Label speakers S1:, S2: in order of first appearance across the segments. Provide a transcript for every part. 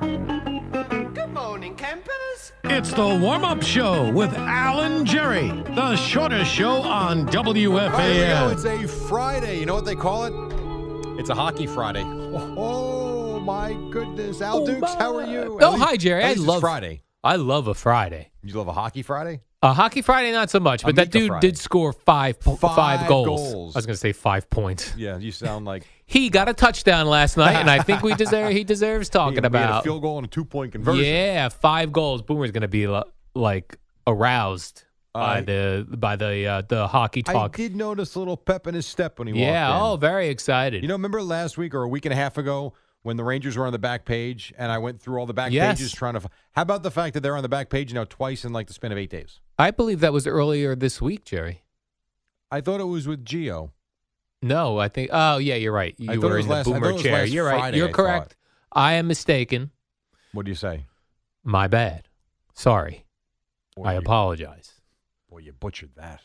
S1: Good morning, campers.
S2: It's the warm up show with Alan Jerry, the shortest show on
S3: All right, here we go.
S2: WFAN.
S3: It's a Friday. You know what they call it? It's a hockey Friday. Oh my goodness, Al Dukes, how are you?
S4: Oh,
S3: At
S4: hi, Jerry.
S3: at
S4: I
S3: least it's
S4: love-
S3: Friday.
S4: I love a Friday.
S3: You love a hockey Friday?
S4: A hockey Friday, not so much, but that
S3: Amica
S4: dude
S3: Friday.
S4: did score five po-
S3: Five
S4: five goals.
S3: goals.
S4: I was going to say five points.
S3: Yeah, you sound like
S4: He got a touchdown last night, and I think we deserve he deserves
S3: we
S4: talking
S3: had a
S4: about.
S3: field goal and a two point conversion.
S4: Yeah, five goals. Boomer's going to be lo- like aroused by
S3: I-
S4: the by the uh, the hockey
S3: I
S4: talk.
S3: did notice a little pep in his step when he
S4: Yeah.
S3: walked in.
S4: Oh, very excited.
S3: You know, remember last week or a week and a half ago when the Rangers were on the back page and I went through all the back
S4: Yes.
S3: pages trying to. f- How about the fact that they're on the back page now twice in like the span of eight days?
S4: I believe that was earlier this week, Jerry.
S3: I thought it was with Geo.
S4: No, I think. Oh, yeah, you're right.
S3: I
S4: You
S3: thought it
S4: were
S3: was
S4: in the
S3: last- I thought
S4: boomer
S3: it was
S4: chair.
S3: last
S4: you're right.
S3: Friday,
S4: you're
S3: I thought.
S4: correct. I am mistaken.
S3: What do you say?
S4: My bad. Sorry.
S3: Boy,
S4: I
S3: you-
S4: apologize.
S3: Boy, you butchered that.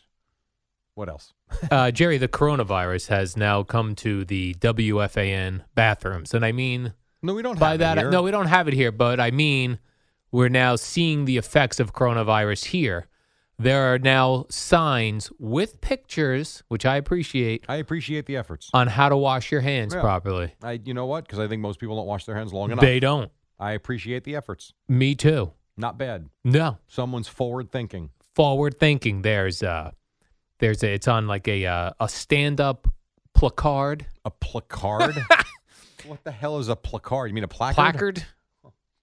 S3: What else?
S4: Uh, Jerry, the coronavirus has now come to the WFAN bathrooms. And I mean,
S3: No, we don't
S4: by
S3: have
S4: that,
S3: it here.
S4: no, we don't have it here, but I mean, we're now seeing the effects of coronavirus here. There are now signs with pictures, which I appreciate,
S3: I appreciate the efforts.
S4: on how to wash your hands
S3: Yeah.
S4: properly.
S3: I, you know what? Because I think most people don't wash their hands long enough.
S4: They don't.
S3: I appreciate the efforts.
S4: Me too.
S3: Not bad.
S4: No.
S3: Someone's forward thinking.
S4: forward thinking. There's uh there's a, it's on like a uh, a stand up placard
S3: A placard. what the hell is a placard? You mean a placard?
S4: placard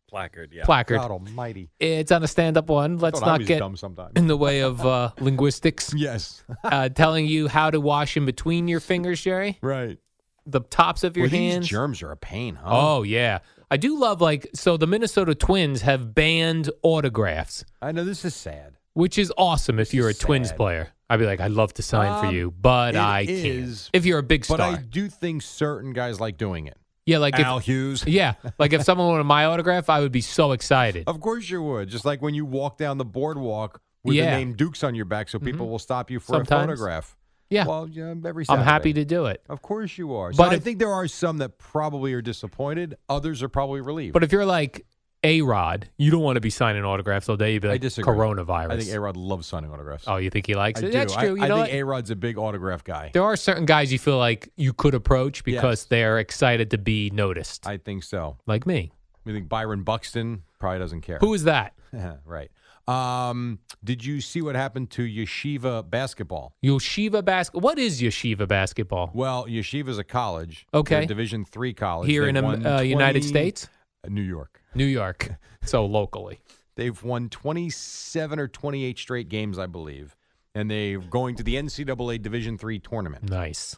S3: Placard. Yeah.
S4: Placard.
S3: God Almighty.
S4: It's on a stand up one. Let's
S3: Thought I
S4: not
S3: was
S4: get
S3: dumb sometimes.
S4: in the way of uh, linguistics.
S3: Yes.
S4: Uh, telling you how to wash in between your fingers, Jerry.
S3: right.
S4: The tops of your
S3: Well,
S4: hands.
S3: These germs are a pain, huh?
S4: oh yeah, I do love like so. The Minnesota Twins have banned autographs,
S3: I know this is sad.
S4: which is awesome. If you're a Twins
S3: Sad.
S4: player, I'd be like, I'd love to sign
S3: Um,
S4: for you, but
S3: it
S4: I
S3: is,
S4: can't. If you're a big
S3: But
S4: star,
S3: I do think certain guys like doing it.
S4: yeah, like if,
S3: Al Hughes.
S4: Yeah, like if someone wanted my autograph, I would be so excited.
S3: Of course you would. Just like when you walk down the boardwalk with the
S4: Yeah. Mm-hmm.
S3: name Dukes on your back, so people will stop you for
S4: Sometimes.
S3: a photograph.
S4: Yeah,
S3: Well, yeah, every
S4: I'm
S3: Saturday.
S4: happy to do it.
S3: Of course you are. so
S4: But
S3: I
S4: if-
S3: think there are some that probably are disappointed. Others are probably relieved.
S4: But if you're like A Rod, you don't want to be signing autographs all day. You'd be
S3: I
S4: like
S3: disagree.
S4: coronavirus.
S3: I think Arod loves signing autographs.
S4: oh, you think he likes
S3: I do.
S4: it? That's
S3: I-
S4: true. you
S3: I,
S4: know what?
S3: think Arod's a big autograph guy.
S4: there are certain guys you feel like you could approach because
S3: Yes.
S4: they're excited to be noticed,
S3: I think so.
S4: like me.
S3: We think Byron Buxton probably doesn't care.
S4: Who is that?
S3: right. Um, did you see what happened to Yeshiva basketball?
S4: Yeshiva basketball. What is Yeshiva basketball?
S3: Well, Yeshiva's a college.
S4: Okay.
S3: They're a Division three college
S4: Here
S3: They
S4: in um,
S3: won
S4: uh, United
S3: 20
S4: States,
S3: New York.
S4: New York, so locally.
S3: They've won 27 or 28 straight games, I believe. and they're going to the NCAA Division Three tournament.
S4: Nice.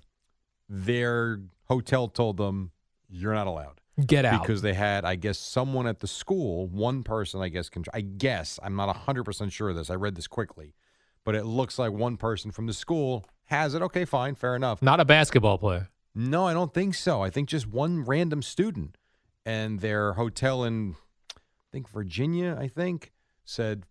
S3: Their hotel told them you're not allowed
S4: Get out.
S3: because they had, I guess, someone at the school. One person, I guess, contr- I guess I'm not hundred percent sure of this. I read this quickly, but it looks like one person from the school has it. Okay, fine, fair enough.
S4: Not a basketball player.
S3: No, I don't think so. I think just one random student and their hotel in I think Virginia, I think, said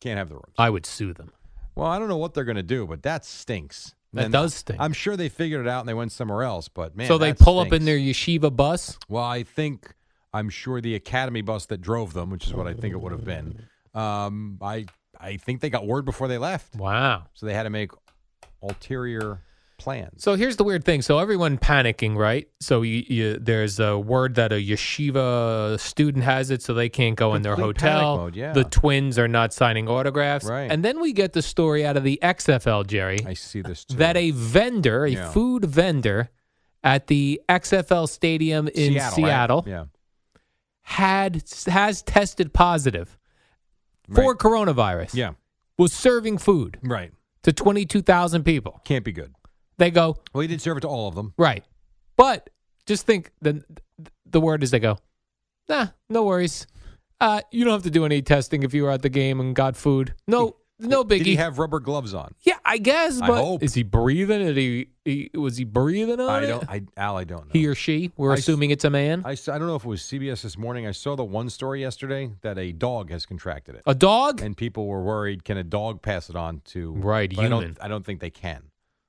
S3: can't have the rooms.
S4: I would sue them.
S3: well, I don't know what they're going to do, but that stinks.
S4: That does stink.
S3: I'm sure they figured it out and they went somewhere else, but man.
S4: so they
S3: that
S4: pull up in
S3: stinks.
S4: their yeshiva bus.
S3: Well, I think I'm sure the academy bus that drove them, which is what I think it would have been. Um, I I think they got word before they left.
S4: Wow.
S3: So they had to make ulterior plans.
S4: So here's the weird thing. So everyone panicking, right? So you, you, there's a word that a yeshiva student has it, so they can't go in their
S3: Complete
S4: hotel.
S3: panic mode, yeah.
S4: The twins are not signing autographs.
S3: Right.
S4: And then we get the story out of the XFL, Jerry,
S3: I see this too.
S4: that a vendor, a
S3: Yeah.
S4: food vendor at the XFL stadium in
S3: Seattle. right? Yeah.
S4: had has tested positive for
S3: Right.
S4: coronavirus.
S3: Yeah.
S4: was serving food
S3: Right.
S4: to 22,000 people.
S3: Can't be good.
S4: They go,
S3: Well, he did serve it to all of them.
S4: right. But just think the the word is they go, nah, no worries. Uh, you don't have to do any testing if you were at the game and got food. No, no biggie.
S3: Did he have rubber gloves on?
S4: yeah, I guess.
S3: I
S4: But
S3: hope.
S4: is he breathing? Did he, he was he breathing on
S3: I
S4: it?
S3: don't. I Al, I don't know.
S4: he or she? We're
S3: I s-
S4: assuming it's a man.
S3: I, s- I don't know if it was CBS this morning. I saw the one story yesterday that a dog has contracted it,
S4: a dog?
S3: and people were worried: can a dog pass it on to
S4: Right,
S3: but I
S4: human.
S3: don't. I don't think they can.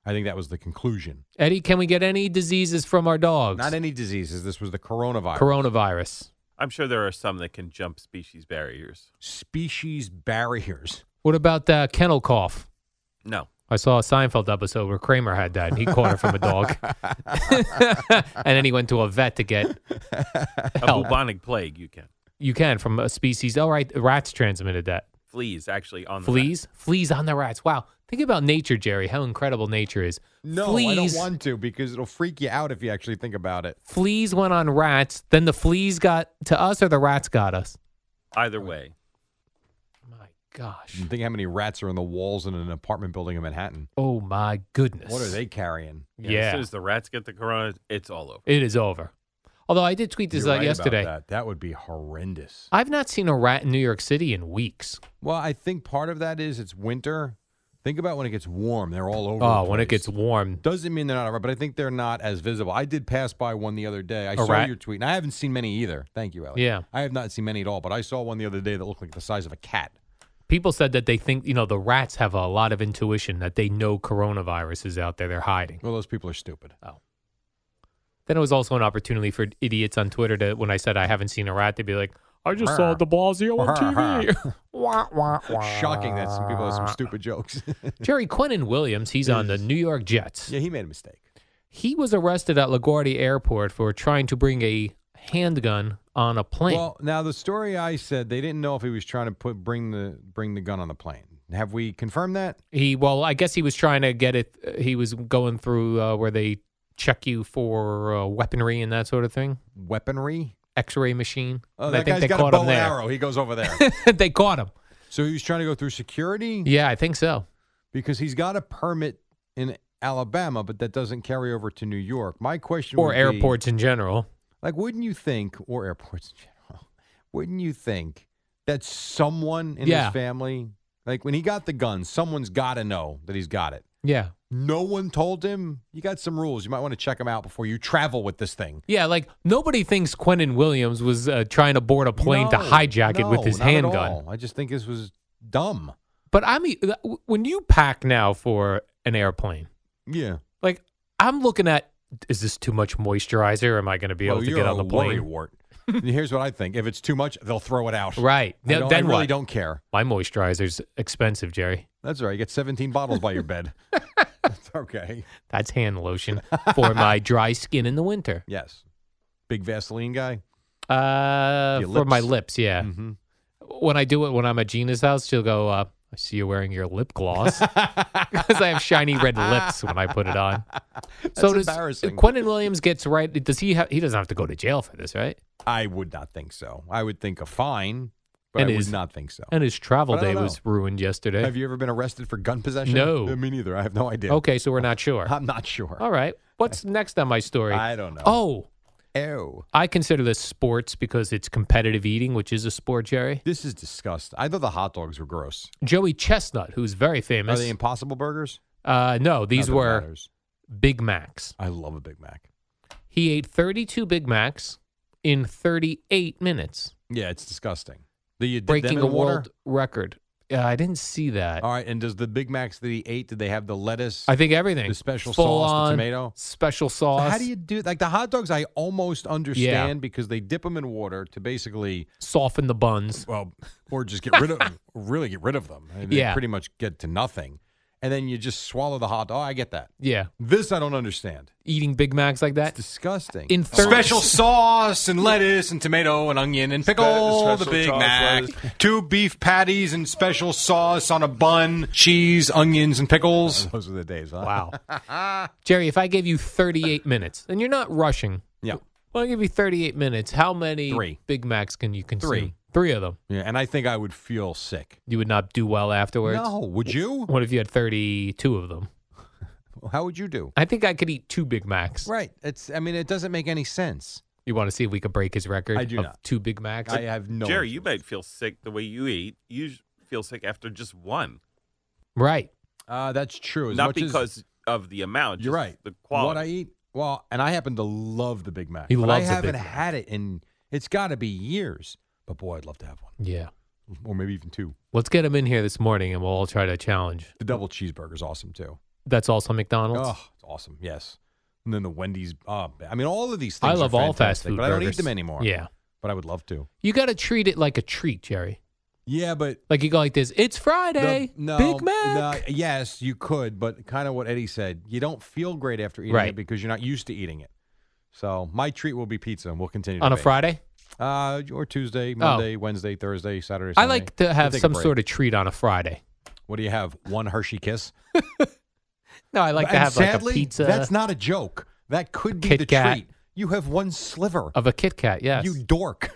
S3: I think that was the conclusion.
S4: Eddie, can we get any diseases from our dogs?
S3: Not any diseases. This was the coronavirus.
S4: Coronavirus.
S5: I'm sure there are some that can jump species barriers.
S3: Species barriers.
S4: What about uh, kennel cough?
S5: No.
S4: I saw a Seinfeld episode where Kramer had that, and he caught it from a dog. and then he went to a vet to get
S5: A
S4: help.
S5: bubonic plague, you can.
S4: You can from a species. All right, rats transmitted that.
S5: Fleas, actually, on the rat.
S4: Fleas, fleas on the rats. Wow, think about nature, Jerry. How incredible nature is.
S3: No, I don't
S4: fleas,
S3: want to because it'll freak you out if you actually think about it.
S4: fleas went on rats. Then the fleas got to us, or the rats got us.
S5: Either way.
S4: My gosh.
S3: Think how many rats are in the walls in an apartment building in Manhattan.
S4: Oh my goodness.
S3: What are they carrying?
S5: Yeah.
S4: Yeah,
S5: As soon as the rats get the corona, it's all over.
S4: it is over. Although I did tweet this
S3: You're right
S4: out
S3: about
S4: yesterday.
S3: that. that would be horrendous.
S4: I've not seen a rat in New York City in weeks.
S3: Uh, Well, I think part of that is it's winter. Think about when it gets warm; they're all over.
S4: Oh,
S3: the
S4: when it
S3: place.
S4: gets warm,
S3: doesn't mean they're not around, but I think they're not as visible. I did pass by one the other day. I saw
S4: rat?
S3: your tweet, and I haven't seen many either. Thank you, Alex.
S4: Yeah.
S3: I have not seen many at all, but I saw one the other day that looked like the size of a cat.
S4: people said that they think you know the rats have a lot of intuition that they know coronavirus is out there they're hiding
S3: Well, those people are stupid.
S4: then it was also an opportunity for idiots on twitter to when i said i haven't seen a rat they'd be like i just saw de blasio on tv Wah, wah, wah.
S3: Shocking that some people have some stupid jokes.
S4: jerry quentin williams he's on the new york jets
S3: yeah, he made a mistake.
S4: he was arrested at laguardia airport for trying to bring a handgun on a plane
S3: Well, now the story I said they didn't know if he was trying to put bring the bring the gun on the plane. Have we confirmed that?
S4: he well i guess he was trying to get it he was going through uh, where they check you for uh, weaponry and that sort of thing
S3: Weaponry.
S4: X-ray machine.
S3: Oh,
S4: And I
S3: that
S4: think
S3: guy's
S4: they
S3: got a
S4: caught
S3: bow
S4: him
S3: and
S4: there.
S3: arrow. He goes over there.
S4: they caught him.
S3: So he was trying to go through security
S4: Yeah, I think so.
S3: because he's got a permit in Alabama, but that doesn't carry over to New York. My question
S4: Or
S3: would be,
S4: airports in general.
S3: like, wouldn't you think, or airports in general, wouldn't you think that someone in
S4: Yeah.
S3: his family, like when he got the gun, someone's got to know that he's got it.
S4: Yeah.
S3: No one told him. You got some rules. You might want to check them out before you travel with this thing.
S4: Yeah, like nobody thinks Quentin Williams was uh, trying to board a plane to
S3: No,
S4: hijack it with
S3: no,
S4: his
S3: not at
S4: handgun.
S3: all. I just think this was dumb.
S4: But I mean, th- when you pack now for an airplane,
S3: Yeah.
S4: like I'm looking at, is this too much moisturizer? Am I going to be
S3: well,
S4: able to
S3: you're
S4: get on
S3: a
S4: the plane?
S3: worrywart. Here's what I think. If it's too much, they'll throw it out.
S4: Right.
S3: I
S4: Th-
S3: don't- I
S4: then
S3: really
S4: what?
S3: don't care.
S4: My moisturizer's expensive, Jerry.
S3: That's all right. You get 17 bottles by your bed. That's okay.
S4: That's hand lotion for my dry skin in the winter.
S3: Yes. Big Vaseline guy.
S4: Uh,
S3: Your
S4: for my
S3: lips.
S4: lips, yeah.
S3: Mm-hmm.
S4: when I do it when I'm at Gina's house, she'll go, uh, I see you wearing your lip gloss because I have shiny red lips when I put it on. so does
S3: embarrassing.
S4: Quentin Williams gets right? Does he? Ha- he doesn't have to go to jail for this, right?
S3: I would not think so. I would think a fine, but
S4: And
S3: I
S4: is-
S3: would not think so.
S4: And his travel
S3: But I
S4: day
S3: don't
S4: was
S3: know.
S4: ruined yesterday.
S3: Have you ever been arrested for gun possession?
S4: No.
S3: Uh, me neither. I have no idea.
S4: Okay, so we're not sure.
S3: I'm not sure.
S4: All right. What's next on my story?
S3: I don't know.
S4: Oh,
S3: Ew.
S4: I consider this sports because it's competitive eating, which is a sport, Jerry.
S3: This is disgusting. I thought the hot dogs were gross.
S4: Joey Chestnut, who's very
S3: Are
S4: famous.
S3: they Impossible Burgers?
S4: uh, no,
S3: Not
S4: these
S3: that it
S4: were
S3: matters.
S4: Big Macs.
S3: I love a Big Mac.
S4: He ate 32 Big Macs in 38 minutes,
S3: Yeah, it's disgusting. Do you dip them
S4: breaking
S3: in
S4: a
S3: water? Oh.
S4: world record. Uh, I didn't see that.
S3: All right, and does the Big Macs that he ate? Did they have the lettuce?
S4: I think everything.
S3: The special
S4: Full
S3: sauce, the
S4: on
S3: tomato?
S4: Special
S3: So
S4: sauce.
S3: How do you do like the hot dogs? I almost understand because they dip them in water to basically
S4: soften the buns?
S3: well, or just get rid of them, really get rid of them. I mean, They
S4: Yeah.
S3: pretty much get to nothing, and then you just swallow the hot dog. Oh, I get that.
S4: Yeah.
S3: This I don't understand.
S4: Eating Big Macs like
S3: It's
S4: that?
S3: disgusting.
S4: In 30,
S6: sauce and lettuce and tomato and onion and pickle, the Big Mac, two beef patties and special sauce on a bun, cheese, onions, and
S5: Uh,
S6: pickles.
S3: Those are the days. Huh?
S4: Wow. Jerry, if I gave you 38 minutes, and you're not rushing,
S3: Yeah.
S4: well, I'll give you 38 minutes. How many
S3: Three.
S4: Big Macs can you consume?
S3: Three.
S4: Three of them.
S3: Yeah, and I think I would feel sick.
S4: You would not do well afterwards.
S3: No, would you?
S4: What if you had 32 of them?
S3: How would you do?
S4: I think I could eat two Big Macs.
S3: Right. It's. I mean, it doesn't make any sense.
S4: You want to see if we could break his record
S3: I do
S4: of
S3: not.
S4: two Big Macs?
S3: I have no.
S5: Jerry, you might feel sick the way you eat. You s- feel sick after just one,
S4: right.
S3: Uh, that's true. As
S5: not
S3: much as-
S5: because of the amount.
S3: You're
S5: just
S3: right.
S5: The quality.
S3: What I eat. Well, and I happen to love the Big Mac.
S4: He
S3: but
S4: loves
S3: I
S4: the
S3: haven't
S4: Big Mac.
S3: had it in. It's got to be years. But boy, I'd love to have one,
S4: Yeah.
S3: or maybe even two.
S4: Let's get him in here this morning and we'll all try to challenge.
S3: The double cheeseburger's awesome too.
S4: That's also McDonald's.
S3: Oh, it's awesome. Yes. And then the Wendy's. Uh, I mean, all of these things.
S4: I
S3: are
S4: love all fast
S3: fantastic,
S4: food
S3: but I don't eat
S4: burgers.
S3: them anymore.
S4: Yeah.
S3: But I would love to.
S4: You got to treat it like a treat, Jerry.
S3: Yeah, but
S4: Like you go like this. It's
S3: the-
S4: Friday.
S3: no,
S4: Big Mac.
S3: no, yes, you could, but kind of what Eddie said. You don't feel great after eating it
S4: Right.
S3: because you're not used to eating it. So my treat will be pizza, and we'll continue to
S4: On a
S3: bake.
S4: Friday?
S3: Uh, or Tuesday, Monday, Wednesday, Thursday, Saturday.
S4: I
S3: Sunday.
S4: like to have
S3: We'll take a
S4: some
S3: break.
S4: sort of treat on a Friday.
S3: What do you have? One Hershey kiss.
S4: No, I like to
S3: And
S4: have
S3: sadly,
S4: like a pizza
S3: That's not a joke. That could be
S4: Kit
S3: the
S4: Kat.
S3: treat. You have one sliver.
S4: of a Kit Kat. Yes.
S3: You dork.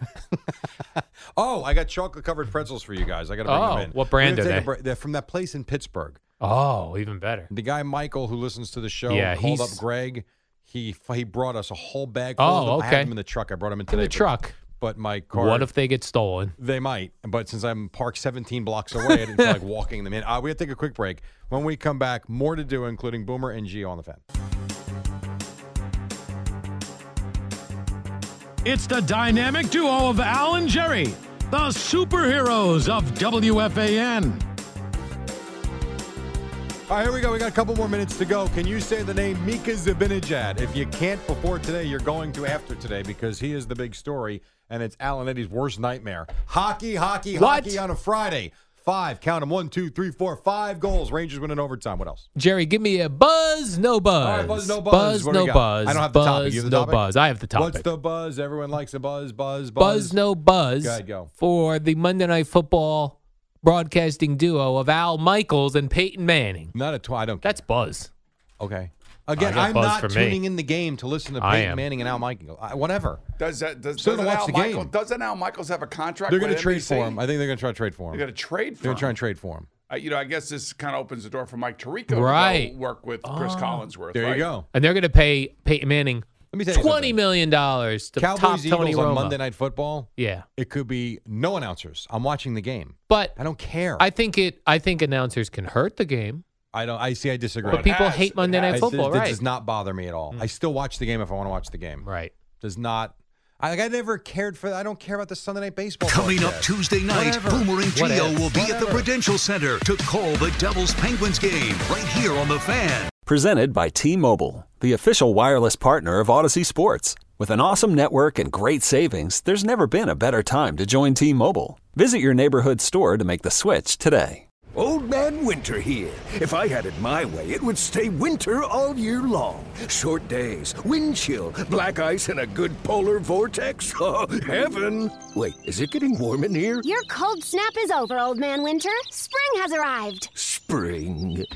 S3: oh, I got chocolate covered pretzels for you guys. I got to bring
S4: Oh,
S3: them in.
S4: what brand
S3: We're gonna take a
S4: are they?
S3: break. They're from that place in Pittsburgh.
S4: oh, even better.
S3: The guy Michael who listens to the show
S4: Yeah,
S3: called up
S4: he's-
S3: Greg. He he brought us a whole bag. Full
S4: Oh,
S3: of them. I
S4: okay.
S3: had them in the truck. I brought them in
S4: In
S3: today.
S4: the
S3: but-
S4: truck.
S3: But my car.
S4: What if they get stolen?
S3: They might, but since I'm parked 17 blocks away, I didn't feel like walking them in. Uh, we have to take a quick break. When we come back, more to do, including Boomer and Gio on the fan.
S2: It's the dynamic duo of Al and Jerry, the superheroes of WFAN.
S3: All right, here we go. We got a couple more minutes to go. Can you say the name Mika Zibanejad? If you can't before today, you're going to after today because he is the big story, and it's Alan Eddy's worst nightmare. Hockey, hockey,
S4: What?
S3: hockey on a Friday. Five, count them, one, two, three, four, five goals. Rangers win in overtime. What else?
S4: Jerry, give me a buzz, no buzz.
S3: All right, buzz, no buzz.
S4: Buzz,
S3: What do we got?
S4: no buzz.
S3: I don't have the
S4: buzz,
S3: topic. You have the
S4: no
S3: topic?
S4: buzz. I have the topic.
S3: What's the buzz? Everyone likes a buzz, buzz, buzz.
S4: buzz, no buzz
S3: Go ahead, go.
S4: for the Monday Night Football broadcasting duo of Al Michaels and Peyton Manning.
S3: Not a tw- I don't.
S4: That's buzz.
S3: Okay. Again,
S4: got
S3: I'm
S4: buzz
S3: not
S4: for me.
S3: tuning in the game to listen to
S4: I
S3: Peyton
S4: am.
S3: Manning and Al Michael. I, whatever.
S6: Does that does,
S3: Still
S6: doesn't
S3: watch
S6: Al
S3: the
S6: Michael,
S3: game.
S6: doesn't Al Michaels have a contract?
S3: They're going to
S6: with
S3: trade
S6: NBC?
S3: for him. I think they're going to try to trade for
S6: They're
S3: him.
S6: going to trade for
S3: They're
S6: him.
S3: going to try and trade for him.
S6: Uh, you know, I guess this kind of opens the door for Mike Tirico to
S4: Right.
S6: go work with Chris Collinsworth.
S3: Ah. There
S6: right?
S3: you go.
S4: And they're going to pay Peyton Manning
S3: Let me tell you
S4: twenty
S3: something.
S4: million dollars to top
S3: Cowboys
S4: Tony
S3: Eagles
S4: Romo.
S3: on Monday Night Football.
S4: Yeah,
S3: It could be no announcers. I'm watching the game.
S4: but
S3: I don't care.
S4: I think it. I think announcers can hurt the game,
S3: I don't. I see. I disagree.
S4: but people
S6: has-
S4: hate
S6: it
S4: Monday
S6: has.
S4: Night
S3: I-
S4: Football,
S3: this,
S4: right? Hmm.
S3: It does not bother me at all. I still watch the game if I want to watch the game.
S4: right.
S3: Does not. I, like, I never cared for. I don't care about the Sunday Night Baseball.
S7: Coming up
S3: broadcast.
S7: Tuesday night,
S3: Whatever.
S7: Boomer and
S3: Whatever.
S7: Geo will be at the
S3: Whatever.
S7: Prudential Center to call the Devils Penguins game right here on The Fan.
S6: Presented by T-Mobile, the official wireless partner of Odyssey Sports. With an awesome network and great savings, there's never been a better time to join T-Mobile. Visit your neighborhood store to make the switch today.
S7: Old Man Winter here. If I had it my way, it would stay winter all year long. Short days, wind chill, black ice, and a good polar vortex. Oh, heaven! Wait, is it getting warm in here?
S6: Your cold snap is over, old man winter. Spring has arrived.
S7: spring.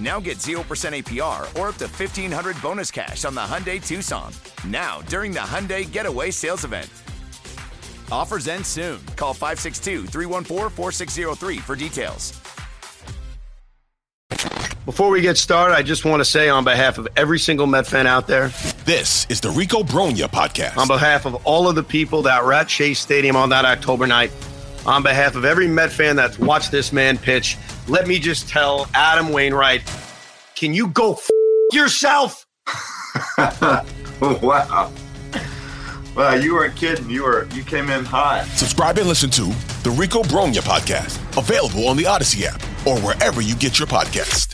S8: Now get 0% APR or up to 1500 bonus cash on the Hyundai Tucson. Now, during the Hyundai Getaway Sales Event. Offers end soon. Call 562 314 4603 for details.
S9: Before we get started, I just want to say on behalf of every single Met fan out there, this is the Rico Bronya podcast. On behalf of all of the people that were at Chase Stadium on that October night, on behalf of every Met fan that's watched this man pitch, let me just tell Adam Wainwright, can you go f- yourself?
S10: wow. Wow, you weren't kidding. You were you came in hot.
S11: Subscribe and listen to the Rico Bronya podcast, available on the Odyssey app or wherever you get your podcast.